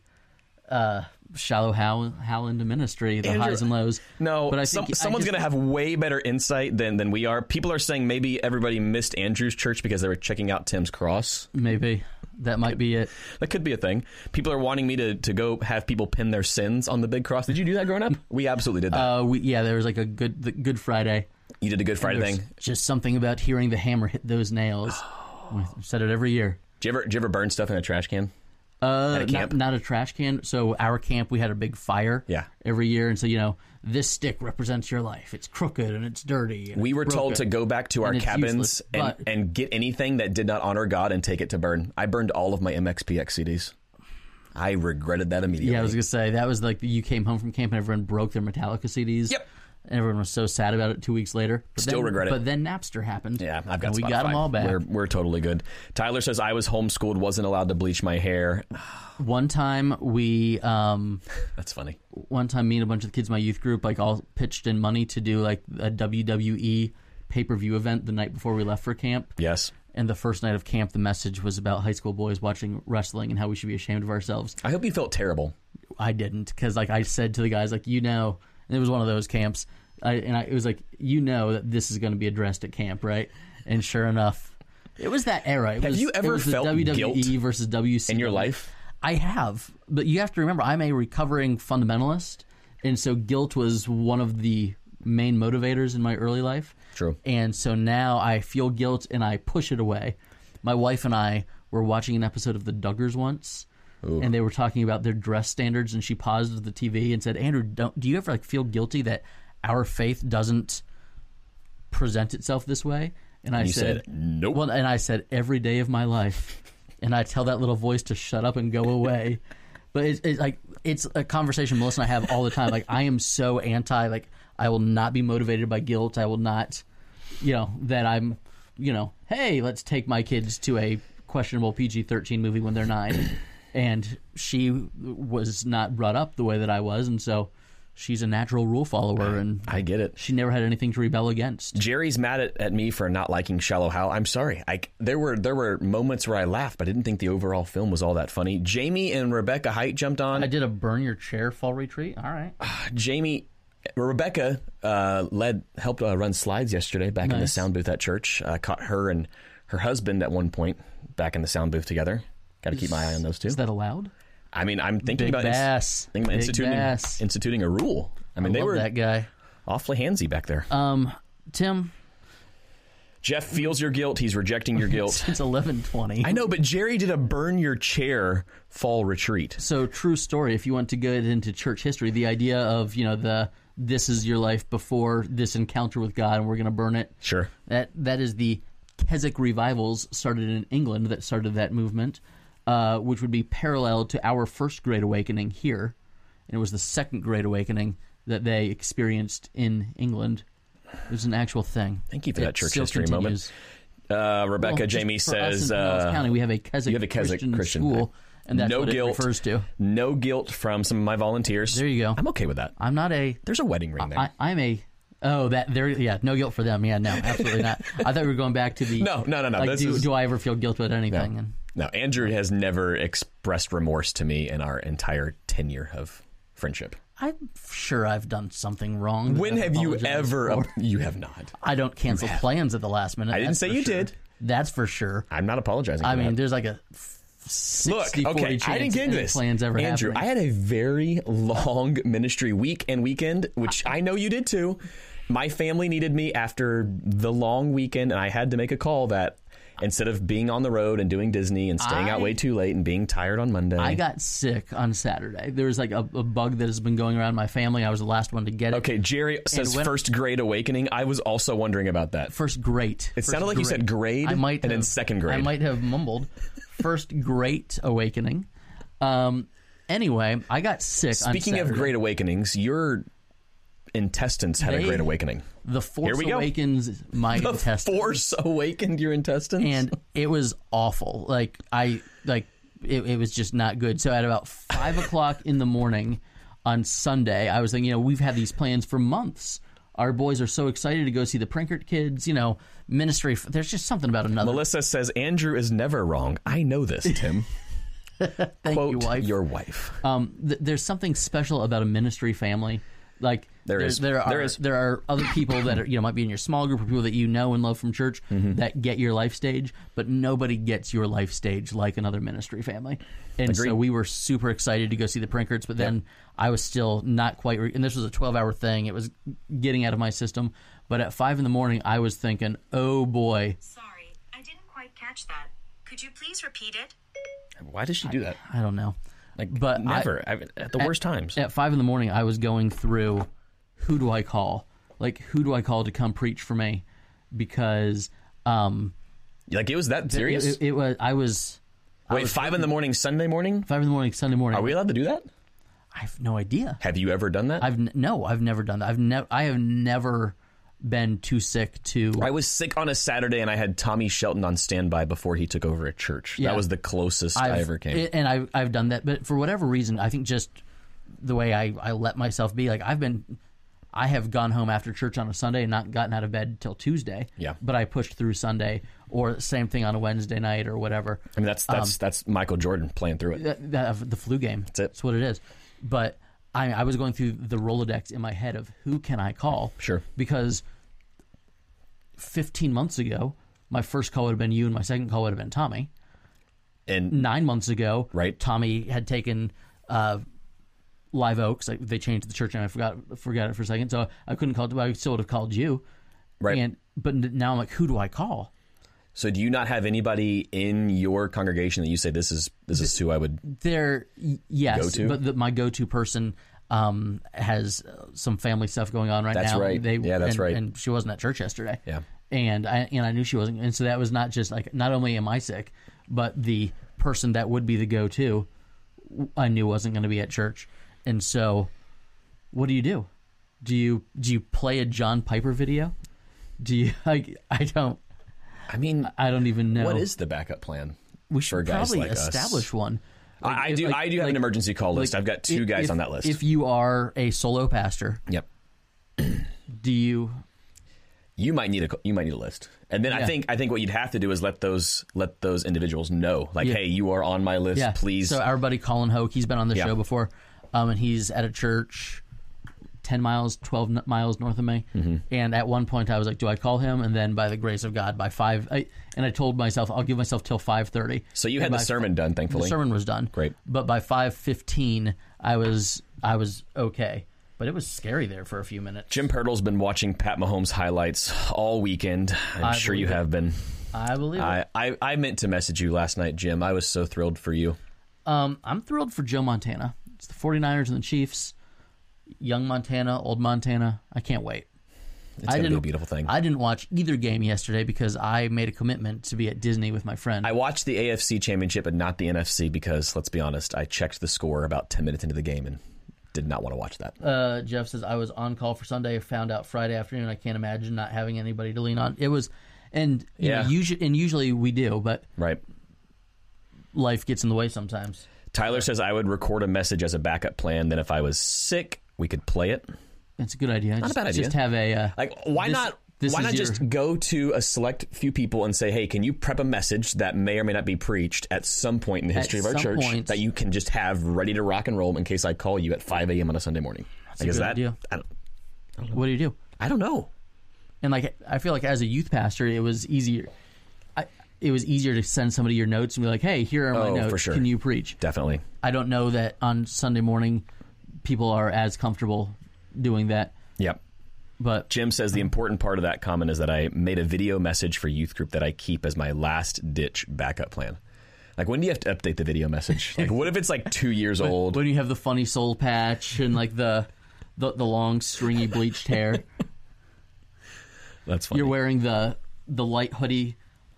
[SPEAKER 1] uh, shallow Hal, Hal into ministry, the
[SPEAKER 2] Andrew,
[SPEAKER 1] highs and lows.
[SPEAKER 2] No,
[SPEAKER 1] but I
[SPEAKER 2] some-
[SPEAKER 1] think
[SPEAKER 2] someone's going to have way better insight than, than we are. People are saying maybe everybody missed Andrew's church because they were checking out Tim's cross.
[SPEAKER 1] to maybe that might be it.
[SPEAKER 2] That could be a thing. People are wanting me to, to go have people pin their sins on the big cross. Did you do that growing up? We absolutely did that.
[SPEAKER 1] Uh, we, yeah, there was like a good the Good Friday.
[SPEAKER 2] you did a Good Friday
[SPEAKER 1] There's
[SPEAKER 2] thing.
[SPEAKER 1] Just something about hearing the hammer hit those nails. We said it every year.
[SPEAKER 2] Do you ever do you ever burn stuff in a trash can?
[SPEAKER 1] Uh,
[SPEAKER 2] At a camp?
[SPEAKER 1] Not, not a trash can. So our camp, we had a big fire.
[SPEAKER 2] Yeah.
[SPEAKER 1] Every year, and so you know, this stick represents your life. It's crooked and it's dirty. and
[SPEAKER 2] We
[SPEAKER 1] it's
[SPEAKER 2] were told to
[SPEAKER 1] broken.
[SPEAKER 2] go back to our
[SPEAKER 1] And it's
[SPEAKER 2] cabins
[SPEAKER 1] useless,
[SPEAKER 2] and,
[SPEAKER 1] but-
[SPEAKER 2] and get anything that did not honor God and take it to burn. I burned all of my MXPX CDs. I regretted that immediately.
[SPEAKER 1] Yeah, I was gonna say that was like you came home from camp and everyone broke their Metallica CDs.
[SPEAKER 2] Yep.
[SPEAKER 1] And everyone was so sad about it two weeks later. But
[SPEAKER 2] Still
[SPEAKER 1] then,
[SPEAKER 2] regret it.
[SPEAKER 1] But then Napster happened.
[SPEAKER 2] Yeah, I've got.
[SPEAKER 1] And we
[SPEAKER 2] Spotify.
[SPEAKER 1] got them all back.
[SPEAKER 2] We're, we're totally good. Tyler says I was homeschooled, wasn't allowed to bleach my hair. Ah,
[SPEAKER 1] One time we, um,
[SPEAKER 2] That's funny.
[SPEAKER 1] one time me and a bunch of the kids in my youth group like all pitched in money to do like a WWE pay per view event the night before we left for camp.
[SPEAKER 2] Yes,
[SPEAKER 1] And the first night of camp, the message was about high school boys watching wrestling and how we should be ashamed of ourselves.
[SPEAKER 2] I hope you felt terrible.
[SPEAKER 1] I didn't because like I said to the guys like you know and it was one of those camps I, and I, it was like you know that this is going to be addressed at camp right and sure enough it was that era it have was,
[SPEAKER 2] you
[SPEAKER 1] it
[SPEAKER 2] ever
[SPEAKER 1] was the
[SPEAKER 2] felt
[SPEAKER 1] WWE
[SPEAKER 2] guilt
[SPEAKER 1] versus WC
[SPEAKER 2] in your life?
[SPEAKER 1] I have but you have to remember I'm a recovering fundamentalist and so guilt was one of the main motivators in my early life
[SPEAKER 2] True.
[SPEAKER 1] and so now I feel guilt and I push it away. My wife and I were watching an episode of The Duggars once, and they were talking about their dress standards, and she paused at the TV and said, "Andrew, don't, do you ever like feel guilty that our faith doesn't present itself this way?" And I
[SPEAKER 2] You said, "Nope."
[SPEAKER 1] Well, and I said, "Every day of my life," and I tell that little voice to shut up and go away. but it's, it's like it's a conversation Melissa and I have all the time. Like I am so anti. Like I will not be motivated by guilt. I will not you know that I'm, you know, hey, let's take my kids to a questionable PG-13 movie when they're nine, and she was not brought up the way that I was, and so she's a natural rule follower, and
[SPEAKER 2] I get it.
[SPEAKER 1] she never had anything to rebel against.
[SPEAKER 2] Jerry's mad at, at me for not liking Shallow Hal. I'm sorry. I, there were there were moments where I laughed, but I didn't think the overall film was all that funny. Jamie and Rebecca Height jumped on.
[SPEAKER 1] I did a burn your chair fall retreat. All right,
[SPEAKER 2] Jamie, Rebecca uh, led helped uh, run slides yesterday back in the
[SPEAKER 1] Nice.
[SPEAKER 2] sound booth at church. Uh, caught her and her husband at one point back in the sound booth together. Got to keep my eye on those two.
[SPEAKER 1] is that allowed?
[SPEAKER 2] I mean, I'm thinking
[SPEAKER 1] Big
[SPEAKER 2] about ins-
[SPEAKER 1] bass.
[SPEAKER 2] thinking about
[SPEAKER 1] Big
[SPEAKER 2] instituting
[SPEAKER 1] bass.
[SPEAKER 2] instituting a rule. I mean, they
[SPEAKER 1] Love
[SPEAKER 2] were
[SPEAKER 1] that guy.
[SPEAKER 2] awfully handsy back there.
[SPEAKER 1] Um, Tim,
[SPEAKER 2] Jeff feels your guilt. He's rejecting your guilt.
[SPEAKER 1] it's eleven twenty.
[SPEAKER 2] I know, but Jerry did a burn your chair fall retreat.
[SPEAKER 1] So true story. If you want to get into church history, the idea of you know the this is your life before this encounter with God, and we're going to burn it.
[SPEAKER 2] Sure.
[SPEAKER 1] That that is the Keswick revivals started in England that started that movement, uh, which would be parallel to our first Great Awakening here, and it was the second Great Awakening that they experienced in England. It was an actual thing.
[SPEAKER 2] Thank you for that church
[SPEAKER 1] still
[SPEAKER 2] history moment.
[SPEAKER 1] continues.
[SPEAKER 2] Uh,
[SPEAKER 1] Well,
[SPEAKER 2] Rebecca,
[SPEAKER 1] just
[SPEAKER 2] Jamie
[SPEAKER 1] for us in
[SPEAKER 2] says,
[SPEAKER 1] Pinellas
[SPEAKER 2] uh,
[SPEAKER 1] County, we have a Keswick,
[SPEAKER 2] you have a Keswick
[SPEAKER 1] Christian,
[SPEAKER 2] Christian
[SPEAKER 1] school, and that's
[SPEAKER 2] no
[SPEAKER 1] what
[SPEAKER 2] guilt
[SPEAKER 1] it refers to.
[SPEAKER 2] No guilt from some of my volunteers.
[SPEAKER 1] There you go.
[SPEAKER 2] I'm okay with that.
[SPEAKER 1] I'm not a
[SPEAKER 2] There's a wedding ring there.
[SPEAKER 1] I, I'm a. Oh, that there. Yeah, no guilt for them. Yeah, no, absolutely not. I thought we were going back to the.
[SPEAKER 2] No, no, no, no,
[SPEAKER 1] Like,
[SPEAKER 2] this
[SPEAKER 1] do,
[SPEAKER 2] is-
[SPEAKER 1] do I ever feel guilt about anything? And
[SPEAKER 2] no, Andrew has never expressed remorse to me in our entire tenure of friendship.
[SPEAKER 1] I'm sure I've done something wrong. that
[SPEAKER 2] When
[SPEAKER 1] I've
[SPEAKER 2] have you
[SPEAKER 1] apologized
[SPEAKER 2] ever?
[SPEAKER 1] for.
[SPEAKER 2] you have not.
[SPEAKER 1] I don't cancel plans at the last minute.
[SPEAKER 2] I didn't
[SPEAKER 1] that's
[SPEAKER 2] say
[SPEAKER 1] for
[SPEAKER 2] you
[SPEAKER 1] sure.
[SPEAKER 2] did.
[SPEAKER 1] That's for sure.
[SPEAKER 2] I'm not apologizing.
[SPEAKER 1] I
[SPEAKER 2] for
[SPEAKER 1] mean,
[SPEAKER 2] that.
[SPEAKER 1] there's like a.
[SPEAKER 2] Look,
[SPEAKER 1] 60, 40
[SPEAKER 2] okay,
[SPEAKER 1] chance
[SPEAKER 2] I didn't get into
[SPEAKER 1] any
[SPEAKER 2] this.
[SPEAKER 1] Plans ever
[SPEAKER 2] Andrew,
[SPEAKER 1] happening.
[SPEAKER 2] I had a very long ministry week and weekend, which I, know you did too. My family needed me after the long weekend, and I had to make a call that instead of being on the road and doing Disney and staying out
[SPEAKER 1] I-
[SPEAKER 2] way too late and being tired on Monday,
[SPEAKER 1] I got sick on Saturday. There was like a, a bug that has been going around my family. I was the last one to get it.
[SPEAKER 2] Okay, Jerry says
[SPEAKER 1] when-
[SPEAKER 2] first grade awakening. I was also wondering about that.
[SPEAKER 1] First great.
[SPEAKER 2] It sounded like you said grade
[SPEAKER 1] I might
[SPEAKER 2] and
[SPEAKER 1] have,
[SPEAKER 2] then second grade.
[SPEAKER 1] I might have mumbled. First great awakening. Um, anyway, I got sick. on
[SPEAKER 2] Speaking of
[SPEAKER 1] Saturday.
[SPEAKER 2] great awakenings, your intestines had a
[SPEAKER 1] They-
[SPEAKER 2] great awakening.
[SPEAKER 1] the force
[SPEAKER 2] we go.
[SPEAKER 1] awakens my intestines,
[SPEAKER 2] Force awakened your intestines.
[SPEAKER 1] and it was awful. Like I like it, it was just not good. So at about five o'clock in the morning on Sunday, I was thinking, you know, we've had these plans for months. Our boys are so excited to go see the Prinkert kids. You know, ministry. f- There's just something about another.
[SPEAKER 2] Melissa says Andrew is never wrong. I know this, Tim.
[SPEAKER 1] Thank
[SPEAKER 2] Quote
[SPEAKER 1] you, wife.
[SPEAKER 2] your wife.
[SPEAKER 1] um, th- there's something special about a ministry family. Like
[SPEAKER 2] There is.
[SPEAKER 1] there are
[SPEAKER 2] There is.
[SPEAKER 1] there are other people that are, you know might be in your small group or people that you know and love from church
[SPEAKER 2] Mm-hmm.
[SPEAKER 1] that get your life stage, but nobody gets your life stage like another ministry family. And
[SPEAKER 2] Agreed.
[SPEAKER 1] so we were super excited to go see the Prinkerts, but then I was still not quite. Re- and this was a 12 hour thing; it was getting out of my system. But at five in the morning, I was thinking, oh boy,
[SPEAKER 4] Sorry, I didn't quite catch that. Could you please repeat it?
[SPEAKER 2] Why does she do that?
[SPEAKER 1] I don't know.
[SPEAKER 2] Like,
[SPEAKER 1] but I-
[SPEAKER 2] never I, at the worst times.
[SPEAKER 1] at five in the morning, I was going through who do I call? Like, who do I call to come preach for me? Because um,
[SPEAKER 2] like it was that
[SPEAKER 1] it,
[SPEAKER 2] serious.
[SPEAKER 1] it- it was I was
[SPEAKER 2] Wait, five in the morning Sunday morning.
[SPEAKER 1] five in the morning Sunday morning.
[SPEAKER 2] Are we allowed to do that?
[SPEAKER 1] I have no idea.
[SPEAKER 2] Have you ever done that?
[SPEAKER 1] I've n- no, I've never done that. I've never, I have never been too sick to.
[SPEAKER 2] I was sick on a Saturday and I had Tommy Shelton on standby before he took over at church.
[SPEAKER 1] Yeah.
[SPEAKER 2] That was the closest i
[SPEAKER 1] I've-
[SPEAKER 2] ever came.
[SPEAKER 1] it- and I've I've done that, but for whatever reason, I think just the way I I let myself be. Like I've been, I have gone home after church on a Sunday and not gotten out of bed till Tuesday.
[SPEAKER 2] Yeah.
[SPEAKER 1] but I pushed through Sunday, or same thing on a Wednesday night or whatever.
[SPEAKER 2] I mean, that's that's that's Michael Jordan playing through it.
[SPEAKER 1] That, that- of the flu game. That's
[SPEAKER 2] it.
[SPEAKER 1] That's what it is. But I I was going through the Rolodex in my head of who can I call?
[SPEAKER 2] Sure.
[SPEAKER 1] because. 15 months ago, my first call would have been you and my second call would have been Tommy
[SPEAKER 2] And
[SPEAKER 1] nine months ago,
[SPEAKER 2] Right.
[SPEAKER 1] Tommy had taken uh, Live Oaks. Like they changed the church, and I forgot forgot it for a second, so I couldn't call. But I still would have called you,
[SPEAKER 2] Right.
[SPEAKER 1] And but n- now I'm like, who do I call?
[SPEAKER 2] So do you not have anybody in your congregation that you say this is this is who I would?
[SPEAKER 1] There, y- yes,
[SPEAKER 2] Go-to?
[SPEAKER 1] but the, my go-to person um, has uh, some family stuff going on right
[SPEAKER 2] That's
[SPEAKER 1] now.
[SPEAKER 2] right. Yeah, that's
[SPEAKER 1] and,
[SPEAKER 2] right.
[SPEAKER 1] And she wasn't at church yesterday.
[SPEAKER 2] Yeah.
[SPEAKER 1] and I and I knew she wasn't, and so that was not just like not only am I sick, but the person that would be the go-to, w- I knew wasn't going to be at church, and so, what do you do? Do you do you play a John Piper video? Do you like? I don't.
[SPEAKER 2] I mean,
[SPEAKER 1] I don't even know.
[SPEAKER 2] what is the backup plan?
[SPEAKER 1] we should
[SPEAKER 2] for guys
[SPEAKER 1] probably
[SPEAKER 2] like us?
[SPEAKER 1] establish one. Like,
[SPEAKER 2] I, I
[SPEAKER 1] if-
[SPEAKER 2] do.
[SPEAKER 1] like-
[SPEAKER 2] I do have an
[SPEAKER 1] like-
[SPEAKER 2] emergency call list.
[SPEAKER 1] like,
[SPEAKER 2] I've got two
[SPEAKER 1] if-
[SPEAKER 2] guys
[SPEAKER 1] if-
[SPEAKER 2] on that list.
[SPEAKER 1] If you are a solo pastor,
[SPEAKER 2] yep.
[SPEAKER 1] do you?
[SPEAKER 2] You might need a you might need a list, and then I
[SPEAKER 1] Yeah.
[SPEAKER 2] think I think what you'd have to do is let those let those individuals know, like,
[SPEAKER 1] Yeah.
[SPEAKER 2] hey, you are on my list.
[SPEAKER 1] Yeah,
[SPEAKER 2] Please,
[SPEAKER 1] So our buddy Colin Hoke, he's been on the
[SPEAKER 2] Yeah.
[SPEAKER 1] show before, um, and he's at a church. 10 miles, 12 n- miles north of me.
[SPEAKER 2] Mm-hmm.
[SPEAKER 1] And at one point I was like, do I call him? And then by the grace of God, by five, I, and I told myself, I'll give myself till 530.
[SPEAKER 2] So you had the sermon done, thankfully.
[SPEAKER 1] The sermon was done.
[SPEAKER 2] Great.
[SPEAKER 1] But by 515, I was, I was okay. But it was scary there for a few minutes.
[SPEAKER 2] Jim Pirtle's been watching Pat Mahomes highlights all weekend. I'm
[SPEAKER 1] I
[SPEAKER 2] sure you
[SPEAKER 1] believe it.
[SPEAKER 2] have been.
[SPEAKER 1] I believe it.
[SPEAKER 2] I, I I meant to message you last night, Jim. I was so thrilled for you.
[SPEAKER 1] Um, I'm thrilled for Joe Montana. It's the 49ers and the Chiefs. Young Montana, old Montana. I can't wait.
[SPEAKER 2] It's
[SPEAKER 1] I
[SPEAKER 2] gonna be a
[SPEAKER 1] didn't-
[SPEAKER 2] beautiful thing. I,
[SPEAKER 1] I didn't watch either game yesterday because I made a commitment to be at Disney with my friend.
[SPEAKER 2] watched the AFC Championship and not the NFC because let's be honest, I checked the score about ten minutes into the game and did not want to watch that.
[SPEAKER 1] uh, Jeff says I was on call for Sunday. Found out Friday afternoon. I can't imagine not having anybody to lean on. It was, and you
[SPEAKER 2] Yeah.
[SPEAKER 1] know, usually, and usually we do, but
[SPEAKER 2] right.
[SPEAKER 1] life gets in the way sometimes.
[SPEAKER 2] Tyler says I would record a message as a backup plan. Then if I was sick, we could play it.
[SPEAKER 1] It's a good idea. Not just,
[SPEAKER 2] bad idea.
[SPEAKER 1] Just have a uh,
[SPEAKER 2] Like why
[SPEAKER 1] this-
[SPEAKER 2] not?
[SPEAKER 1] This
[SPEAKER 2] why
[SPEAKER 1] is
[SPEAKER 2] not
[SPEAKER 1] your-
[SPEAKER 2] just go to a select few people and say, "Hey, can you prep a message that may or may not be preached at some point in the history of our
[SPEAKER 1] some
[SPEAKER 2] church
[SPEAKER 1] point.
[SPEAKER 2] that you can just have ready to rock and roll in case I call you at 5 a.m. on a Sunday morning"? That's like,
[SPEAKER 1] a
[SPEAKER 2] is
[SPEAKER 1] good
[SPEAKER 2] that?
[SPEAKER 1] idea.
[SPEAKER 2] I don't,
[SPEAKER 1] what do you do?
[SPEAKER 2] I don't know.
[SPEAKER 1] and like I feel like as a youth pastor, it was easier. I, it was easier to send somebody your notes and be like, "Hey, here are my
[SPEAKER 2] Oh,
[SPEAKER 1] notes.
[SPEAKER 2] for sure.
[SPEAKER 1] Can you preach?"
[SPEAKER 2] Definitely.
[SPEAKER 1] I don't know that on Sunday morning people are as comfortable doing that,
[SPEAKER 2] Yep.
[SPEAKER 1] but
[SPEAKER 2] Jim says the important part of that comment is that I made a video message for youth group that I keep as my last ditch backup plan. Like, when do you have to update the video message? Like, what if it's like two years old?
[SPEAKER 1] when you have the funny soul patch and like the the, the long stringy bleached hair,
[SPEAKER 2] That's funny.
[SPEAKER 1] you're wearing the the light hoodie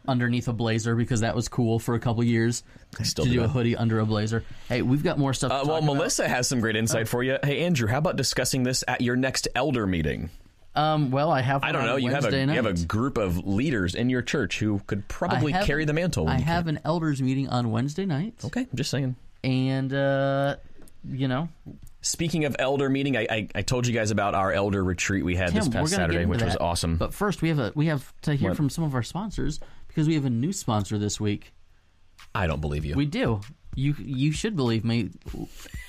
[SPEAKER 1] underneath a blazer because that was cool for a couple years
[SPEAKER 2] still
[SPEAKER 1] to
[SPEAKER 2] do
[SPEAKER 1] do a
[SPEAKER 2] that.
[SPEAKER 1] hoodie under a blazer. Hey, we've got more stuff. to
[SPEAKER 2] Uh,
[SPEAKER 1] talk
[SPEAKER 2] well,
[SPEAKER 1] about. Oh.
[SPEAKER 2] Melissa has some great insight for you. Hey, Andrew, how about discussing this at your next elder meeting?
[SPEAKER 1] um, well, I have.
[SPEAKER 2] I
[SPEAKER 1] one
[SPEAKER 2] don't
[SPEAKER 1] on
[SPEAKER 2] know. You have a
[SPEAKER 1] Wednesday
[SPEAKER 2] you have a
[SPEAKER 1] night.
[SPEAKER 2] group of leaders in your church who could probably
[SPEAKER 1] I have-
[SPEAKER 2] carry the mantle. when
[SPEAKER 1] I
[SPEAKER 2] you Oh. can't.
[SPEAKER 1] have an elders meeting on Wednesday night,
[SPEAKER 2] Okay, I'm just saying.
[SPEAKER 1] and uh, you know,
[SPEAKER 2] Speaking of elder meeting, I, I, I told you guys about our elder retreat we had
[SPEAKER 1] Tim,
[SPEAKER 2] this
[SPEAKER 1] we're gonna
[SPEAKER 2] past
[SPEAKER 1] get
[SPEAKER 2] Saturday,
[SPEAKER 1] into
[SPEAKER 2] which was
[SPEAKER 1] that.
[SPEAKER 2] awesome.
[SPEAKER 1] But first, we have a we have to hear
[SPEAKER 2] What?
[SPEAKER 1] from some of our sponsors because we have a new sponsor this week.
[SPEAKER 2] I don't believe you.
[SPEAKER 1] We do. You you should believe me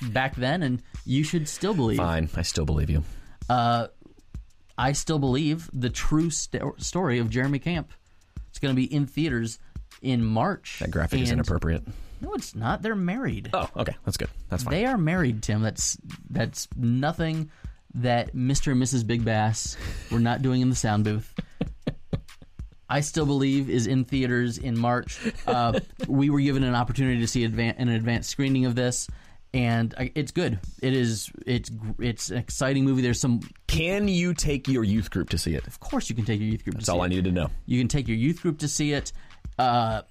[SPEAKER 1] back then, and you should still believe.
[SPEAKER 2] Fine, I still believe you.
[SPEAKER 1] I still believe the true st- story of Jeremy Camp. It's going to be in theaters in March.
[SPEAKER 2] That graphic is
[SPEAKER 1] And-
[SPEAKER 2] inappropriate.
[SPEAKER 1] No, it's not. They're married.
[SPEAKER 2] Oh, okay, that's good. That's fine.
[SPEAKER 1] They are married, Tim. That's that's nothing that Mr. and Mrs. Big Bass were not doing in the sound booth. I still believe is in theaters in March. Uh, we were given an opportunity to see advan- an advanced screening of this, and I, it's good. It is. It's gr- it's an exciting movie. There's some.
[SPEAKER 2] Can you take your youth group to see it? That's
[SPEAKER 1] Of course, you can take your youth group. to see
[SPEAKER 2] all
[SPEAKER 1] it.
[SPEAKER 2] I needed to know.
[SPEAKER 1] You can take your youth group to see it.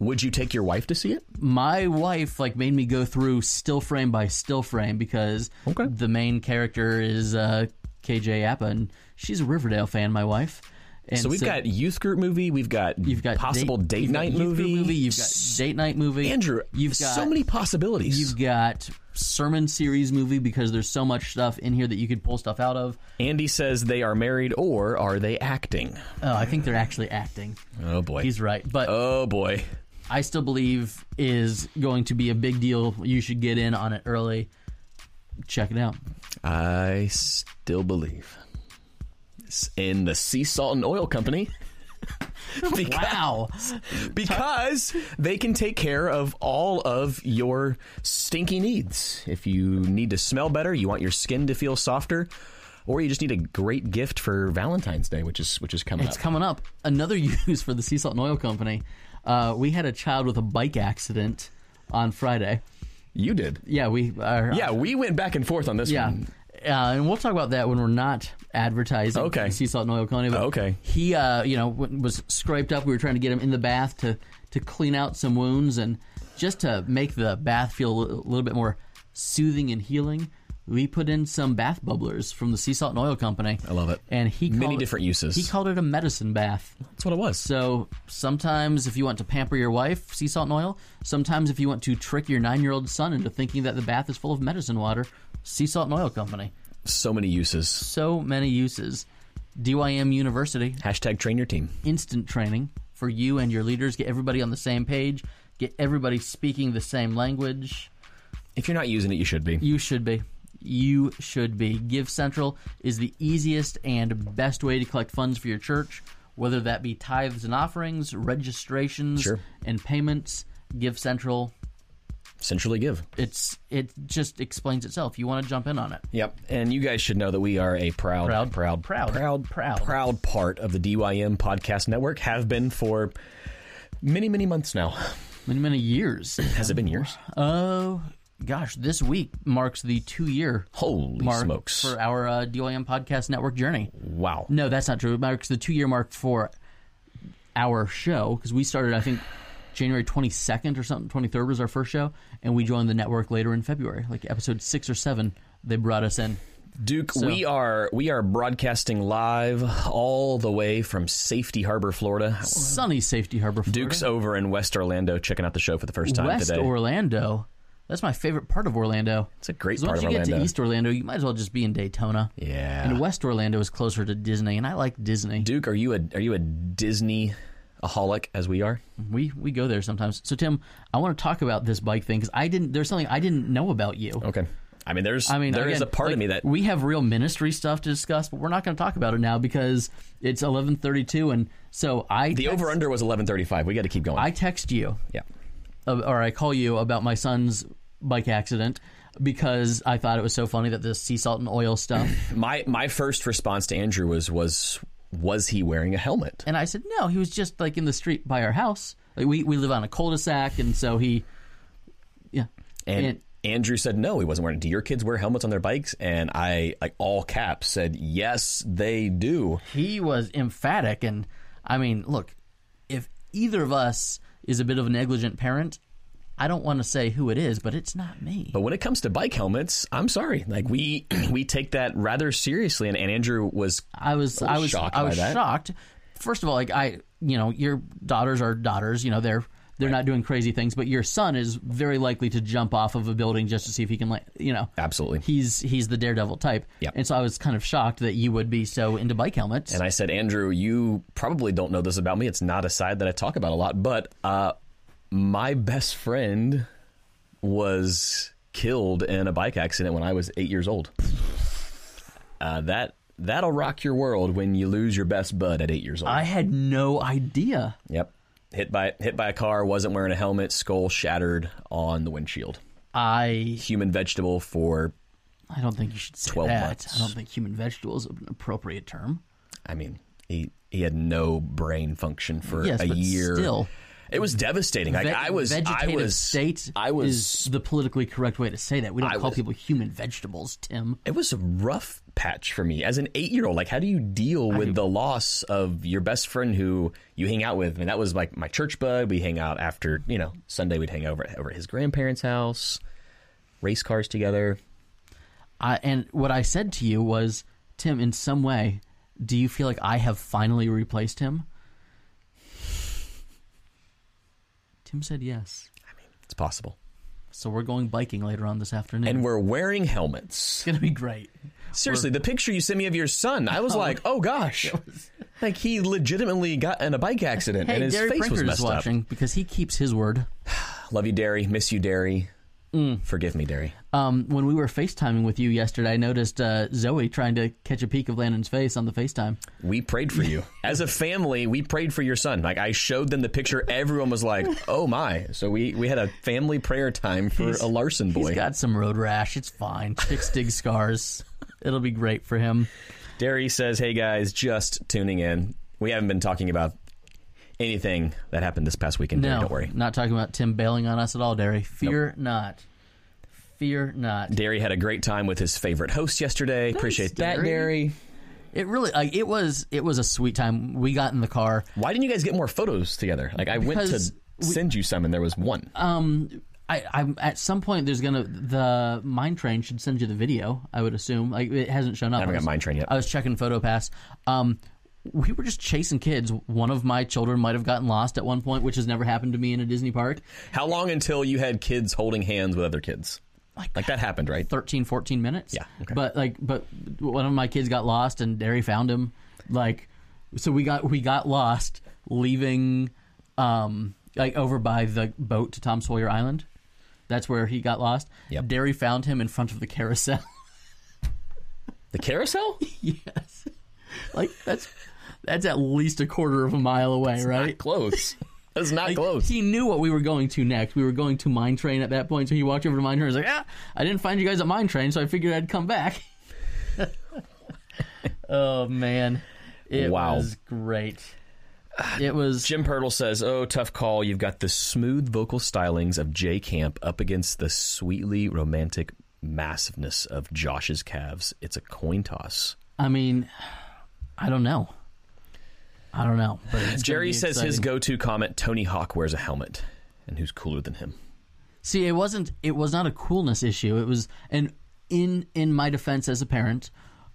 [SPEAKER 2] Would you take your wife to see it?
[SPEAKER 1] my wife like made me go through still frame by still frame because
[SPEAKER 2] Okay.
[SPEAKER 1] the main character is uh, KJ Appa and she's a Riverdale fan. My wife. And
[SPEAKER 2] So we've got youth group movie. We've got
[SPEAKER 1] you've got
[SPEAKER 2] possible date,
[SPEAKER 1] you've got
[SPEAKER 2] night
[SPEAKER 1] youth group
[SPEAKER 2] movie.
[SPEAKER 1] You've got date night movie.
[SPEAKER 2] Andrew,
[SPEAKER 1] you've got
[SPEAKER 2] so many possibilities.
[SPEAKER 1] You've got sermon series movie because there's so much stuff in here that you could pull stuff out of.
[SPEAKER 2] Andy says they are married, or are they acting?
[SPEAKER 1] Oh, I think they're actually acting.
[SPEAKER 2] Oh boy.
[SPEAKER 1] He's right, but
[SPEAKER 2] oh boy.
[SPEAKER 1] I still believe is going to be a big deal. You should get in on it early. Check it out.
[SPEAKER 2] I still believe It's in the Sea Salt and Oil Company. Beca-
[SPEAKER 1] Wow.
[SPEAKER 2] Because they can take care of all of your stinky needs. If you need to smell better, you want your skin to feel softer, or you just need a great gift for Valentine's Day, which is which is coming
[SPEAKER 1] It's
[SPEAKER 2] up.
[SPEAKER 1] coming up. Another use for the Sea Salt and Oil Company. Uh, we had a child with a bike accident on Friday.
[SPEAKER 2] you did.
[SPEAKER 1] Yeah, we are.
[SPEAKER 2] Yeah, we went back and forth on this
[SPEAKER 1] Yeah.
[SPEAKER 2] one.
[SPEAKER 1] Uh, and we'll talk about that when we're not advertising
[SPEAKER 2] Okay.
[SPEAKER 1] Sea Salt and Oil Company. But
[SPEAKER 2] Okay.
[SPEAKER 1] He, uh, you know, w- was scraped up. We were trying to get him in the bath to, to clean out some wounds and just to make the bath feel a li- little bit more soothing and healing. We put in some bath bubblers from the Sea Salt and Oil Company.
[SPEAKER 2] I love it.
[SPEAKER 1] And he
[SPEAKER 2] Many
[SPEAKER 1] called it-
[SPEAKER 2] different uses.
[SPEAKER 1] He called it a medicine bath.
[SPEAKER 2] That's what it was.
[SPEAKER 1] So sometimes, if you want to pamper your wife, sea salt and oil. Sometimes, if you want to trick your nine-year-old son into thinking that the bath is full of medicine water, sea salt and oil company.
[SPEAKER 2] So many uses.
[SPEAKER 1] So many uses. DYM University
[SPEAKER 2] Hashtag train your team.
[SPEAKER 1] instant training for you and your leaders. Get everybody on the same page. Get everybody speaking the same language.
[SPEAKER 2] If you're not using it, you should be.
[SPEAKER 1] You should be. You should be. Give Central is the easiest and best way to collect funds for your church, whether that be tithes and offerings, registrations,
[SPEAKER 2] Sure.
[SPEAKER 1] and payments. Give Central.
[SPEAKER 2] Centrally give.
[SPEAKER 1] It's it just explains itself. You want to jump in on it.
[SPEAKER 2] Yep. And you guys should know that we are a proud,
[SPEAKER 1] Proud,
[SPEAKER 2] proud,
[SPEAKER 1] proud,
[SPEAKER 2] proud,
[SPEAKER 1] proud.
[SPEAKER 2] proud part of the DYM podcast network. Have been for many, many months now.
[SPEAKER 1] Many many years.
[SPEAKER 2] Has it been years?
[SPEAKER 1] Oh gosh, this week marks the two year
[SPEAKER 2] Holy
[SPEAKER 1] mark
[SPEAKER 2] smokes!
[SPEAKER 1] for our uh, DYM podcast network journey.
[SPEAKER 2] wow.
[SPEAKER 1] No, that's not true. It marks the two year mark for our show because we started, I think, January 22nd or something. 23rd was our first show, and we joined the network later in February, like episode six or seven. They brought us in.
[SPEAKER 2] Duke, we are we are broadcasting live all the way from Safety Harbor, Florida.
[SPEAKER 1] Sunny Safety Harbor, Florida.
[SPEAKER 2] Duke's over in West Orlando checking out the show for the first time
[SPEAKER 1] West
[SPEAKER 2] today.
[SPEAKER 1] Orlando. That's my favorite part of Orlando.
[SPEAKER 2] it's a great
[SPEAKER 1] Because
[SPEAKER 2] part
[SPEAKER 1] once
[SPEAKER 2] of
[SPEAKER 1] you get
[SPEAKER 2] Orlando.
[SPEAKER 1] to East Orlando, you might as well just be in Daytona.
[SPEAKER 2] yeah.
[SPEAKER 1] And West Orlando is closer to Disney, and I like Disney.
[SPEAKER 2] Duke, are you a are you a Disney aholic as we are?
[SPEAKER 1] We we go there sometimes. So Tim, I want to talk about this bike thing because I didn't. There's something I didn't know about you.
[SPEAKER 2] Okay. I mean, there's
[SPEAKER 1] I mean,
[SPEAKER 2] there is
[SPEAKER 1] again,
[SPEAKER 2] a part
[SPEAKER 1] like,
[SPEAKER 2] of me that
[SPEAKER 1] we have real ministry stuff to discuss, but we're not going to talk about it now because it's eleven thirty-two, and so I
[SPEAKER 2] the
[SPEAKER 1] text,
[SPEAKER 2] over under was 11:35. We got to keep going.
[SPEAKER 1] I text you
[SPEAKER 2] yeah.
[SPEAKER 1] uh, or I call you about my son's bike accident because I thought it was so funny that the sea salt and oil stuff,
[SPEAKER 2] My my first response to Andrew was was was he wearing a helmet?
[SPEAKER 1] and I said no, he was just like in the street by our house. Like, we we live on a cul-de-sac, and so he, yeah,
[SPEAKER 2] And
[SPEAKER 1] and-
[SPEAKER 2] Andrew said no, he wasn't wearing. it. Do your kids wear helmets on their bikes? And I like all caps said yes, they do.
[SPEAKER 1] he was emphatic and i mean look if either of us is a bit of a negligent parent i don't want to say who it is but it's not me
[SPEAKER 2] But when it comes to bike helmets, I'm sorry. Like we we take that rather seriously, and, and Andrew was
[SPEAKER 1] i was i was
[SPEAKER 2] shocked
[SPEAKER 1] i
[SPEAKER 2] by
[SPEAKER 1] was
[SPEAKER 2] that.
[SPEAKER 1] shocked first of all like i you know your daughters are daughters you know they're they're not doing crazy things but your son is very likely to jump off of a building just to see if he can land you know
[SPEAKER 2] Absolutely.
[SPEAKER 1] he's he's the daredevil type
[SPEAKER 2] Yep.
[SPEAKER 1] and so i was kind of shocked that you would be so into bike helmets
[SPEAKER 2] And I said, Andrew, you probably don't know this about me. It's not a side that I talk about a lot, but uh, my best friend was killed in a bike accident when I was eight years old. Uh, that that'll rock your world when you lose your best bud at eight years old.
[SPEAKER 1] I had no idea
[SPEAKER 2] yep, hit by hit by a car, wasn't wearing a helmet, skull shattered on the windshield.
[SPEAKER 1] i
[SPEAKER 2] Human vegetable for,
[SPEAKER 1] I don't think you should say
[SPEAKER 2] 12
[SPEAKER 1] that.
[SPEAKER 2] months.
[SPEAKER 1] I don't think human vegetable is an appropriate term.
[SPEAKER 2] I mean, he he had no brain function for
[SPEAKER 1] Yes,
[SPEAKER 2] a
[SPEAKER 1] but
[SPEAKER 2] year.
[SPEAKER 1] still.
[SPEAKER 2] It was devastating. Like
[SPEAKER 1] Ve-
[SPEAKER 2] I was, I
[SPEAKER 1] vegetative
[SPEAKER 2] was,
[SPEAKER 1] state.
[SPEAKER 2] I was
[SPEAKER 1] is the politically correct way to say that. We don't
[SPEAKER 2] I
[SPEAKER 1] call
[SPEAKER 2] was-
[SPEAKER 1] people human vegetables, Tim.
[SPEAKER 2] it was a rough patch for me as an eight year old. Like, how do you deal with the loss of your best friend who you hang out with? I mean, that was like my church bud. We hang out after, you know, Sunday. We'd hang over over at his grandparents' house, race cars together.
[SPEAKER 1] I, and what I said to you was, Tim, in some way, do you feel like I have finally replaced him? Tim said yes.
[SPEAKER 2] I mean, it's possible.
[SPEAKER 1] So we're going biking later on this afternoon.
[SPEAKER 2] And we're wearing helmets.
[SPEAKER 1] it's going to be great.
[SPEAKER 2] Seriously, the picture you sent me of your son, I was like, oh gosh, like he legitimately got in a bike accident
[SPEAKER 1] Hey,
[SPEAKER 2] and his
[SPEAKER 1] Derry
[SPEAKER 2] face was
[SPEAKER 1] Prinker is
[SPEAKER 2] messed
[SPEAKER 1] watching because he keeps his word.
[SPEAKER 2] up. Love you, Derry. Miss you, Derry.
[SPEAKER 1] Mm.
[SPEAKER 2] Forgive me, Derry.
[SPEAKER 1] Um, when we were FaceTiming with you yesterday, I noticed uh, Zoe trying to catch a peek of Landon's face on the FaceTime.
[SPEAKER 2] we prayed for you as a family we prayed for your son like i showed them the picture everyone was like oh my so we we had a family prayer time for a larson boy
[SPEAKER 1] He's got some road rash. It's fine. Chick stig scars. It'll be great for him.
[SPEAKER 2] Derry says, "Hey guys, just tuning in. We haven't been talking about anything that happened this past weekend. Derry,
[SPEAKER 1] No,
[SPEAKER 2] don't worry.
[SPEAKER 1] not talking about Tim bailing on us at all, Derry. Fear not. Fear not.
[SPEAKER 2] Derry had a great time with his favorite host yesterday. Appreciate that,
[SPEAKER 1] Derry.
[SPEAKER 2] Derry.
[SPEAKER 1] It really, like, it was, it was a sweet time. We got in the car.
[SPEAKER 2] Why didn't you guys get more photos together? Like I went
[SPEAKER 1] Because
[SPEAKER 2] to send you some, and there was one.
[SPEAKER 1] Um, I, I'm at some point. There's gonna the mine train should send you the video. I would assume. Like it hasn't shown up. I
[SPEAKER 2] haven't got
[SPEAKER 1] was-
[SPEAKER 2] Mine Train yet.
[SPEAKER 1] I was checking PhotoPass. Um, we were just chasing kids. One of my children might have gotten lost at one point, which has never happened to me in a Disney park.
[SPEAKER 2] How long until you had kids holding hands with other kids? Like that happened, right?
[SPEAKER 1] 13, 14 minutes.
[SPEAKER 2] Yeah, okay.
[SPEAKER 1] But like, but one of my kids got lost, and Derry found him. Like, so we got we got lost leaving, um, like over by the boat to Tom Sawyer Island. That's where he got lost.
[SPEAKER 2] Yep.
[SPEAKER 1] Derry found him in front of the carousel.
[SPEAKER 2] The carousel?
[SPEAKER 1] yes, like that's that's at least a quarter of a mile away, right?
[SPEAKER 2] Close. That's not
[SPEAKER 1] Like,
[SPEAKER 2] close.
[SPEAKER 1] He knew what we were going to next. We were going to Mine Train at that point, so he walked over to Mine Train. and was like, "Ah, I didn't find you guys at Mine Train, so I figured I'd come back." oh man, it
[SPEAKER 2] Wow.
[SPEAKER 1] was great. It was
[SPEAKER 2] Jim Pirtle says, "Oh, tough call. You've got the smooth vocal stylings of Jay Camp up against the sweetly romantic massiveness of Josh's calves. It's a coin toss."
[SPEAKER 1] I mean, I don't know. I don't know. But it's gonna
[SPEAKER 2] Jerry
[SPEAKER 1] be
[SPEAKER 2] says his
[SPEAKER 1] exciting.
[SPEAKER 2] go-to comment: "Tony Hawk wears a helmet, and who's cooler than him?"
[SPEAKER 1] See, it wasn't. It was not a coolness issue. It was an in in my defense as a parent.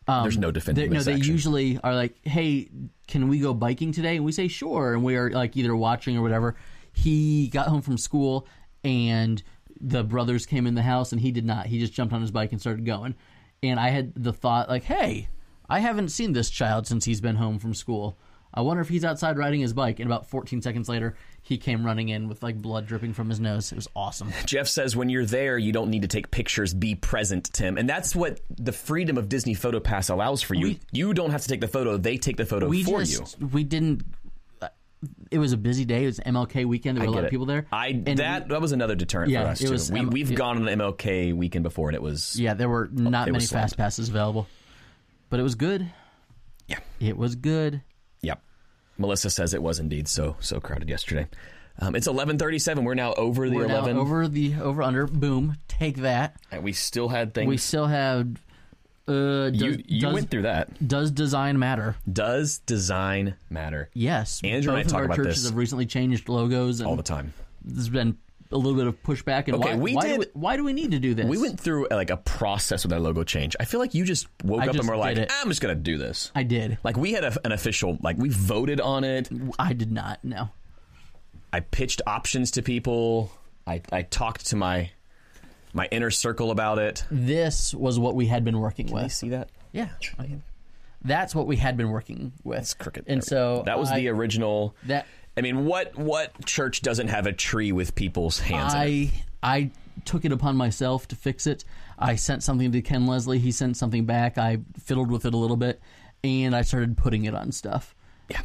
[SPEAKER 1] Um,
[SPEAKER 2] There's no defending
[SPEAKER 1] They, no,
[SPEAKER 2] this
[SPEAKER 1] they
[SPEAKER 2] action.
[SPEAKER 1] usually are like, "Hey, can we go biking today?" And we say, "Sure." And we are like either watching or whatever. He got home from school, and the brothers came in the house, and he did not. He just jumped on his bike and started going. And I had the thought, like, "Hey, I haven't seen this child since he's been home from school." I wonder if he's outside riding his bike. And about 14 seconds later, he came running in with like blood dripping from his nose. It was awesome.
[SPEAKER 2] Jeff says, "When you're there, you don't need to take pictures. Be present, Tim." And that's what the freedom of Disney Photo Pass allows for you.
[SPEAKER 1] We-
[SPEAKER 2] you don't have to take the photo; they take the photo
[SPEAKER 1] we
[SPEAKER 2] for you.
[SPEAKER 1] just we didn't. uh, It was a busy day. It was MLK weekend. There were a
[SPEAKER 2] Get
[SPEAKER 1] lot of
[SPEAKER 2] it.
[SPEAKER 1] people there.
[SPEAKER 2] I
[SPEAKER 1] And
[SPEAKER 2] that that was another deterrent
[SPEAKER 1] Yeah,
[SPEAKER 2] for us
[SPEAKER 1] it
[SPEAKER 2] too.
[SPEAKER 1] was
[SPEAKER 2] we
[SPEAKER 1] M-
[SPEAKER 2] we've
[SPEAKER 1] it-
[SPEAKER 2] gone on the MLK weekend before, and it was
[SPEAKER 1] yeah, there were not
[SPEAKER 2] it
[SPEAKER 1] many
[SPEAKER 2] was slammed.
[SPEAKER 1] fast passes available, but it was good.
[SPEAKER 2] Yeah.
[SPEAKER 1] it was good.
[SPEAKER 2] Yep. Melissa says it was indeed so so crowded yesterday. Um, it's eleven thirty seven. We're now over the
[SPEAKER 1] We're now
[SPEAKER 2] eleven.
[SPEAKER 1] over the over under. Boom! Take that.
[SPEAKER 2] and we still had things.
[SPEAKER 1] We still have. Uh, does,
[SPEAKER 2] you you
[SPEAKER 1] does,
[SPEAKER 2] went through that.
[SPEAKER 1] does design matter?
[SPEAKER 2] Does design matter
[SPEAKER 1] Yes.
[SPEAKER 2] Andrew and I
[SPEAKER 1] Both of
[SPEAKER 2] talk
[SPEAKER 1] our
[SPEAKER 2] about
[SPEAKER 1] churches
[SPEAKER 2] this.
[SPEAKER 1] have recently changed logos, and
[SPEAKER 2] all the time?
[SPEAKER 1] there's been a little bit of pushback. And
[SPEAKER 2] Okay,
[SPEAKER 1] why,
[SPEAKER 2] we
[SPEAKER 1] why
[SPEAKER 2] did-
[SPEAKER 1] do we, why do we need to do this?
[SPEAKER 2] We went through uh, like a process with our logo change. I feel like you just woke
[SPEAKER 1] I
[SPEAKER 2] up
[SPEAKER 1] just
[SPEAKER 2] and were
[SPEAKER 1] did
[SPEAKER 2] like,
[SPEAKER 1] it.
[SPEAKER 2] "I'm just gonna do this."
[SPEAKER 1] I did.
[SPEAKER 2] Like we had a, an official like we voted on it.
[SPEAKER 1] I did not. No.
[SPEAKER 2] I pitched options to people. I, I talked to my my inner circle about it.
[SPEAKER 1] Mm-hmm. this was what we had been working with.
[SPEAKER 2] see that?
[SPEAKER 1] Yeah, that's what we had been working with.
[SPEAKER 2] That's crooked.
[SPEAKER 1] And so
[SPEAKER 2] that was
[SPEAKER 1] I-
[SPEAKER 2] the original.
[SPEAKER 1] that
[SPEAKER 2] I mean, what what church doesn't have a tree with people's hands? in it?
[SPEAKER 1] I I took it upon myself to fix it. I sent something to Ken Leslie. He sent something back. I fiddled with it a little bit, and I started putting it on stuff.
[SPEAKER 2] Yeah.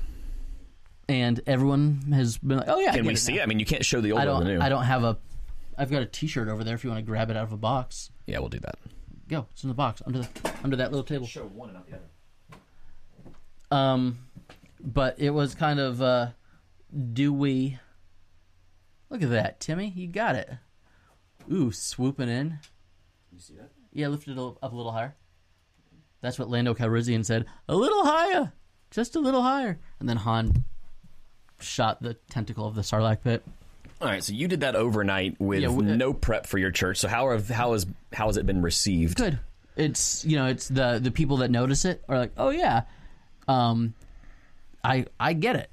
[SPEAKER 1] And everyone has been like, "Oh yeah, I
[SPEAKER 2] Can
[SPEAKER 1] get
[SPEAKER 2] we
[SPEAKER 1] it
[SPEAKER 2] see
[SPEAKER 1] now."
[SPEAKER 2] it? I mean, you can't show the old
[SPEAKER 1] I
[SPEAKER 2] over
[SPEAKER 1] don't.
[SPEAKER 2] the new.
[SPEAKER 1] I don't have a. I've got a T-shirt over there. If you want to grab it out of a box,
[SPEAKER 2] Yeah, we'll do that.
[SPEAKER 1] go. It's in the box under the under that little table. Um, but it was kind of, uh, do we? Look at that, Timmy. You got it. Ooh, swooping in. You see that? Yeah, lift it up a little higher. That's what Lando Calrissian said. A little higher, just a little higher. And then Han shot the tentacle of the Sarlacc pit.
[SPEAKER 2] All right, so you did that overnight with
[SPEAKER 1] Yeah, uh, we-
[SPEAKER 2] no prep for your church. So how have how is how has it been received?
[SPEAKER 1] Good. It's you know, it's the the people that notice it are like, oh yeah, um, I I get it.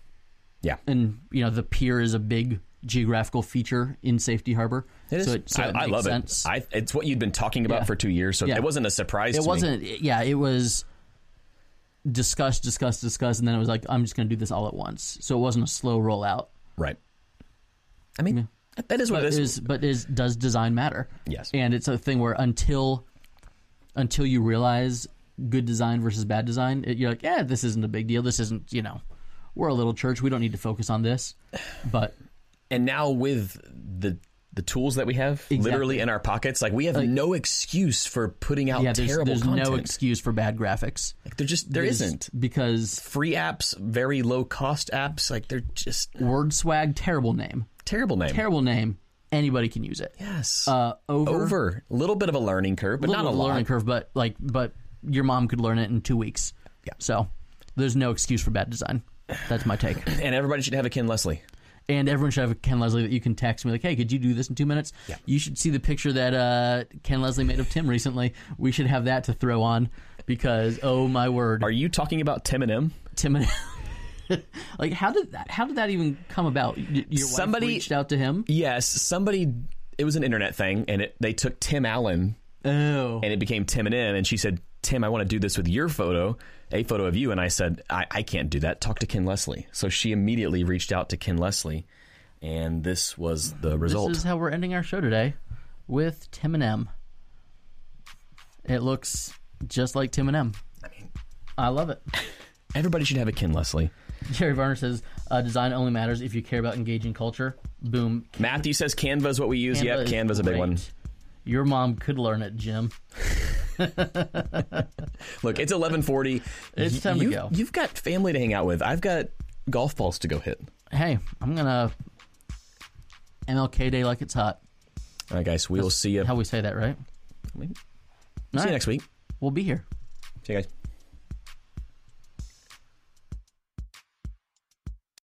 [SPEAKER 2] Yeah,
[SPEAKER 1] and you know the pier is a big geographical feature in Safety Harbor.
[SPEAKER 2] It is-
[SPEAKER 1] So it, so
[SPEAKER 2] I,
[SPEAKER 1] it
[SPEAKER 2] I
[SPEAKER 1] makes
[SPEAKER 2] love
[SPEAKER 1] sense.
[SPEAKER 2] it. I, it's what you'd been talking about
[SPEAKER 1] Yeah.
[SPEAKER 2] for two years, so
[SPEAKER 1] Yeah.
[SPEAKER 2] it wasn't a surprise.
[SPEAKER 1] it
[SPEAKER 2] to me.
[SPEAKER 1] wasn't. Yeah, it was discussed, discussed, discussed, and then it was like, I'm just going to do this all at once. So it wasn't a slow rollout.
[SPEAKER 2] right. I mean, that is what
[SPEAKER 1] But
[SPEAKER 2] it is.
[SPEAKER 1] is but is does design matter?
[SPEAKER 2] Yes.
[SPEAKER 1] And it's a thing where until until you realize good design versus bad design, it, you're like, yeah, this isn't a big deal. This isn't you know, we're a little church. We don't need to focus on this. But
[SPEAKER 2] and now with the the tools that we have literally in our pockets. Like we have no excuse for putting out
[SPEAKER 1] Yeah, there's,
[SPEAKER 2] terrible
[SPEAKER 1] there's
[SPEAKER 2] content.
[SPEAKER 1] no excuse for bad graphics.
[SPEAKER 2] like, there just there
[SPEAKER 1] There's-
[SPEAKER 2] isn't.
[SPEAKER 1] because
[SPEAKER 2] Free apps, very low cost apps. Like they're just
[SPEAKER 1] word swag, terrible name,
[SPEAKER 2] terrible name.
[SPEAKER 1] terrible name. Anybody can use it.
[SPEAKER 2] yes.
[SPEAKER 1] Uh, over,
[SPEAKER 2] over a little bit of a learning curve, but
[SPEAKER 1] little
[SPEAKER 2] not a
[SPEAKER 1] bit of
[SPEAKER 2] lot.
[SPEAKER 1] learning curve, but like, but your mom could learn it in two weeks. Yeah. So there's no excuse for bad design. That's my take.
[SPEAKER 2] And everybody should have a Ken Leslie.
[SPEAKER 1] and everyone should have a Ken Leslie that you can text me like, hey, could you do this in two minutes? Yeah. You should see the picture that uh, Ken Leslie made of Tim recently. We should have that to throw on because oh my word,
[SPEAKER 2] Are you talking about Tim and M?
[SPEAKER 1] Tim and like how did that how did that even come about? Y- Your
[SPEAKER 2] Somebody-
[SPEAKER 1] wife reached out to him.
[SPEAKER 2] Yes, somebody. It was an internet thing, and it, they took Tim Allen
[SPEAKER 1] Oh,
[SPEAKER 2] and it became Tim and M. And she said, Tim, I want to do this with your photo, a photo of you. And I said, I, I can't do that. Talk to Ken Leslie. So she immediately reached out to Ken Leslie. And this was the result.
[SPEAKER 1] this is how we're ending our show today with Tim and M. It looks just like Tim and M. I mean, I love it.
[SPEAKER 2] Everybody should have a Ken Leslie.
[SPEAKER 1] Jerry Varner says, uh, "Design only matters if you care about engaging culture." Boom,
[SPEAKER 2] Matthew says Canva is what we use. yep,
[SPEAKER 1] is
[SPEAKER 2] Canva's a big
[SPEAKER 1] great.
[SPEAKER 2] one.
[SPEAKER 1] Your mom could learn it, Jim.
[SPEAKER 2] Look, it's 1140.
[SPEAKER 1] It's
[SPEAKER 2] Y-
[SPEAKER 1] time to
[SPEAKER 2] you,
[SPEAKER 1] go.
[SPEAKER 2] You've got family to hang out with. I've got golf balls to go hit.
[SPEAKER 1] Hey, I'm gonna MLK Day like it's hot.
[SPEAKER 2] All right, guys, we'll see you.
[SPEAKER 1] How we say that, right?
[SPEAKER 2] see you
[SPEAKER 1] All right.
[SPEAKER 2] next week.
[SPEAKER 1] We'll be here.
[SPEAKER 2] See you guys.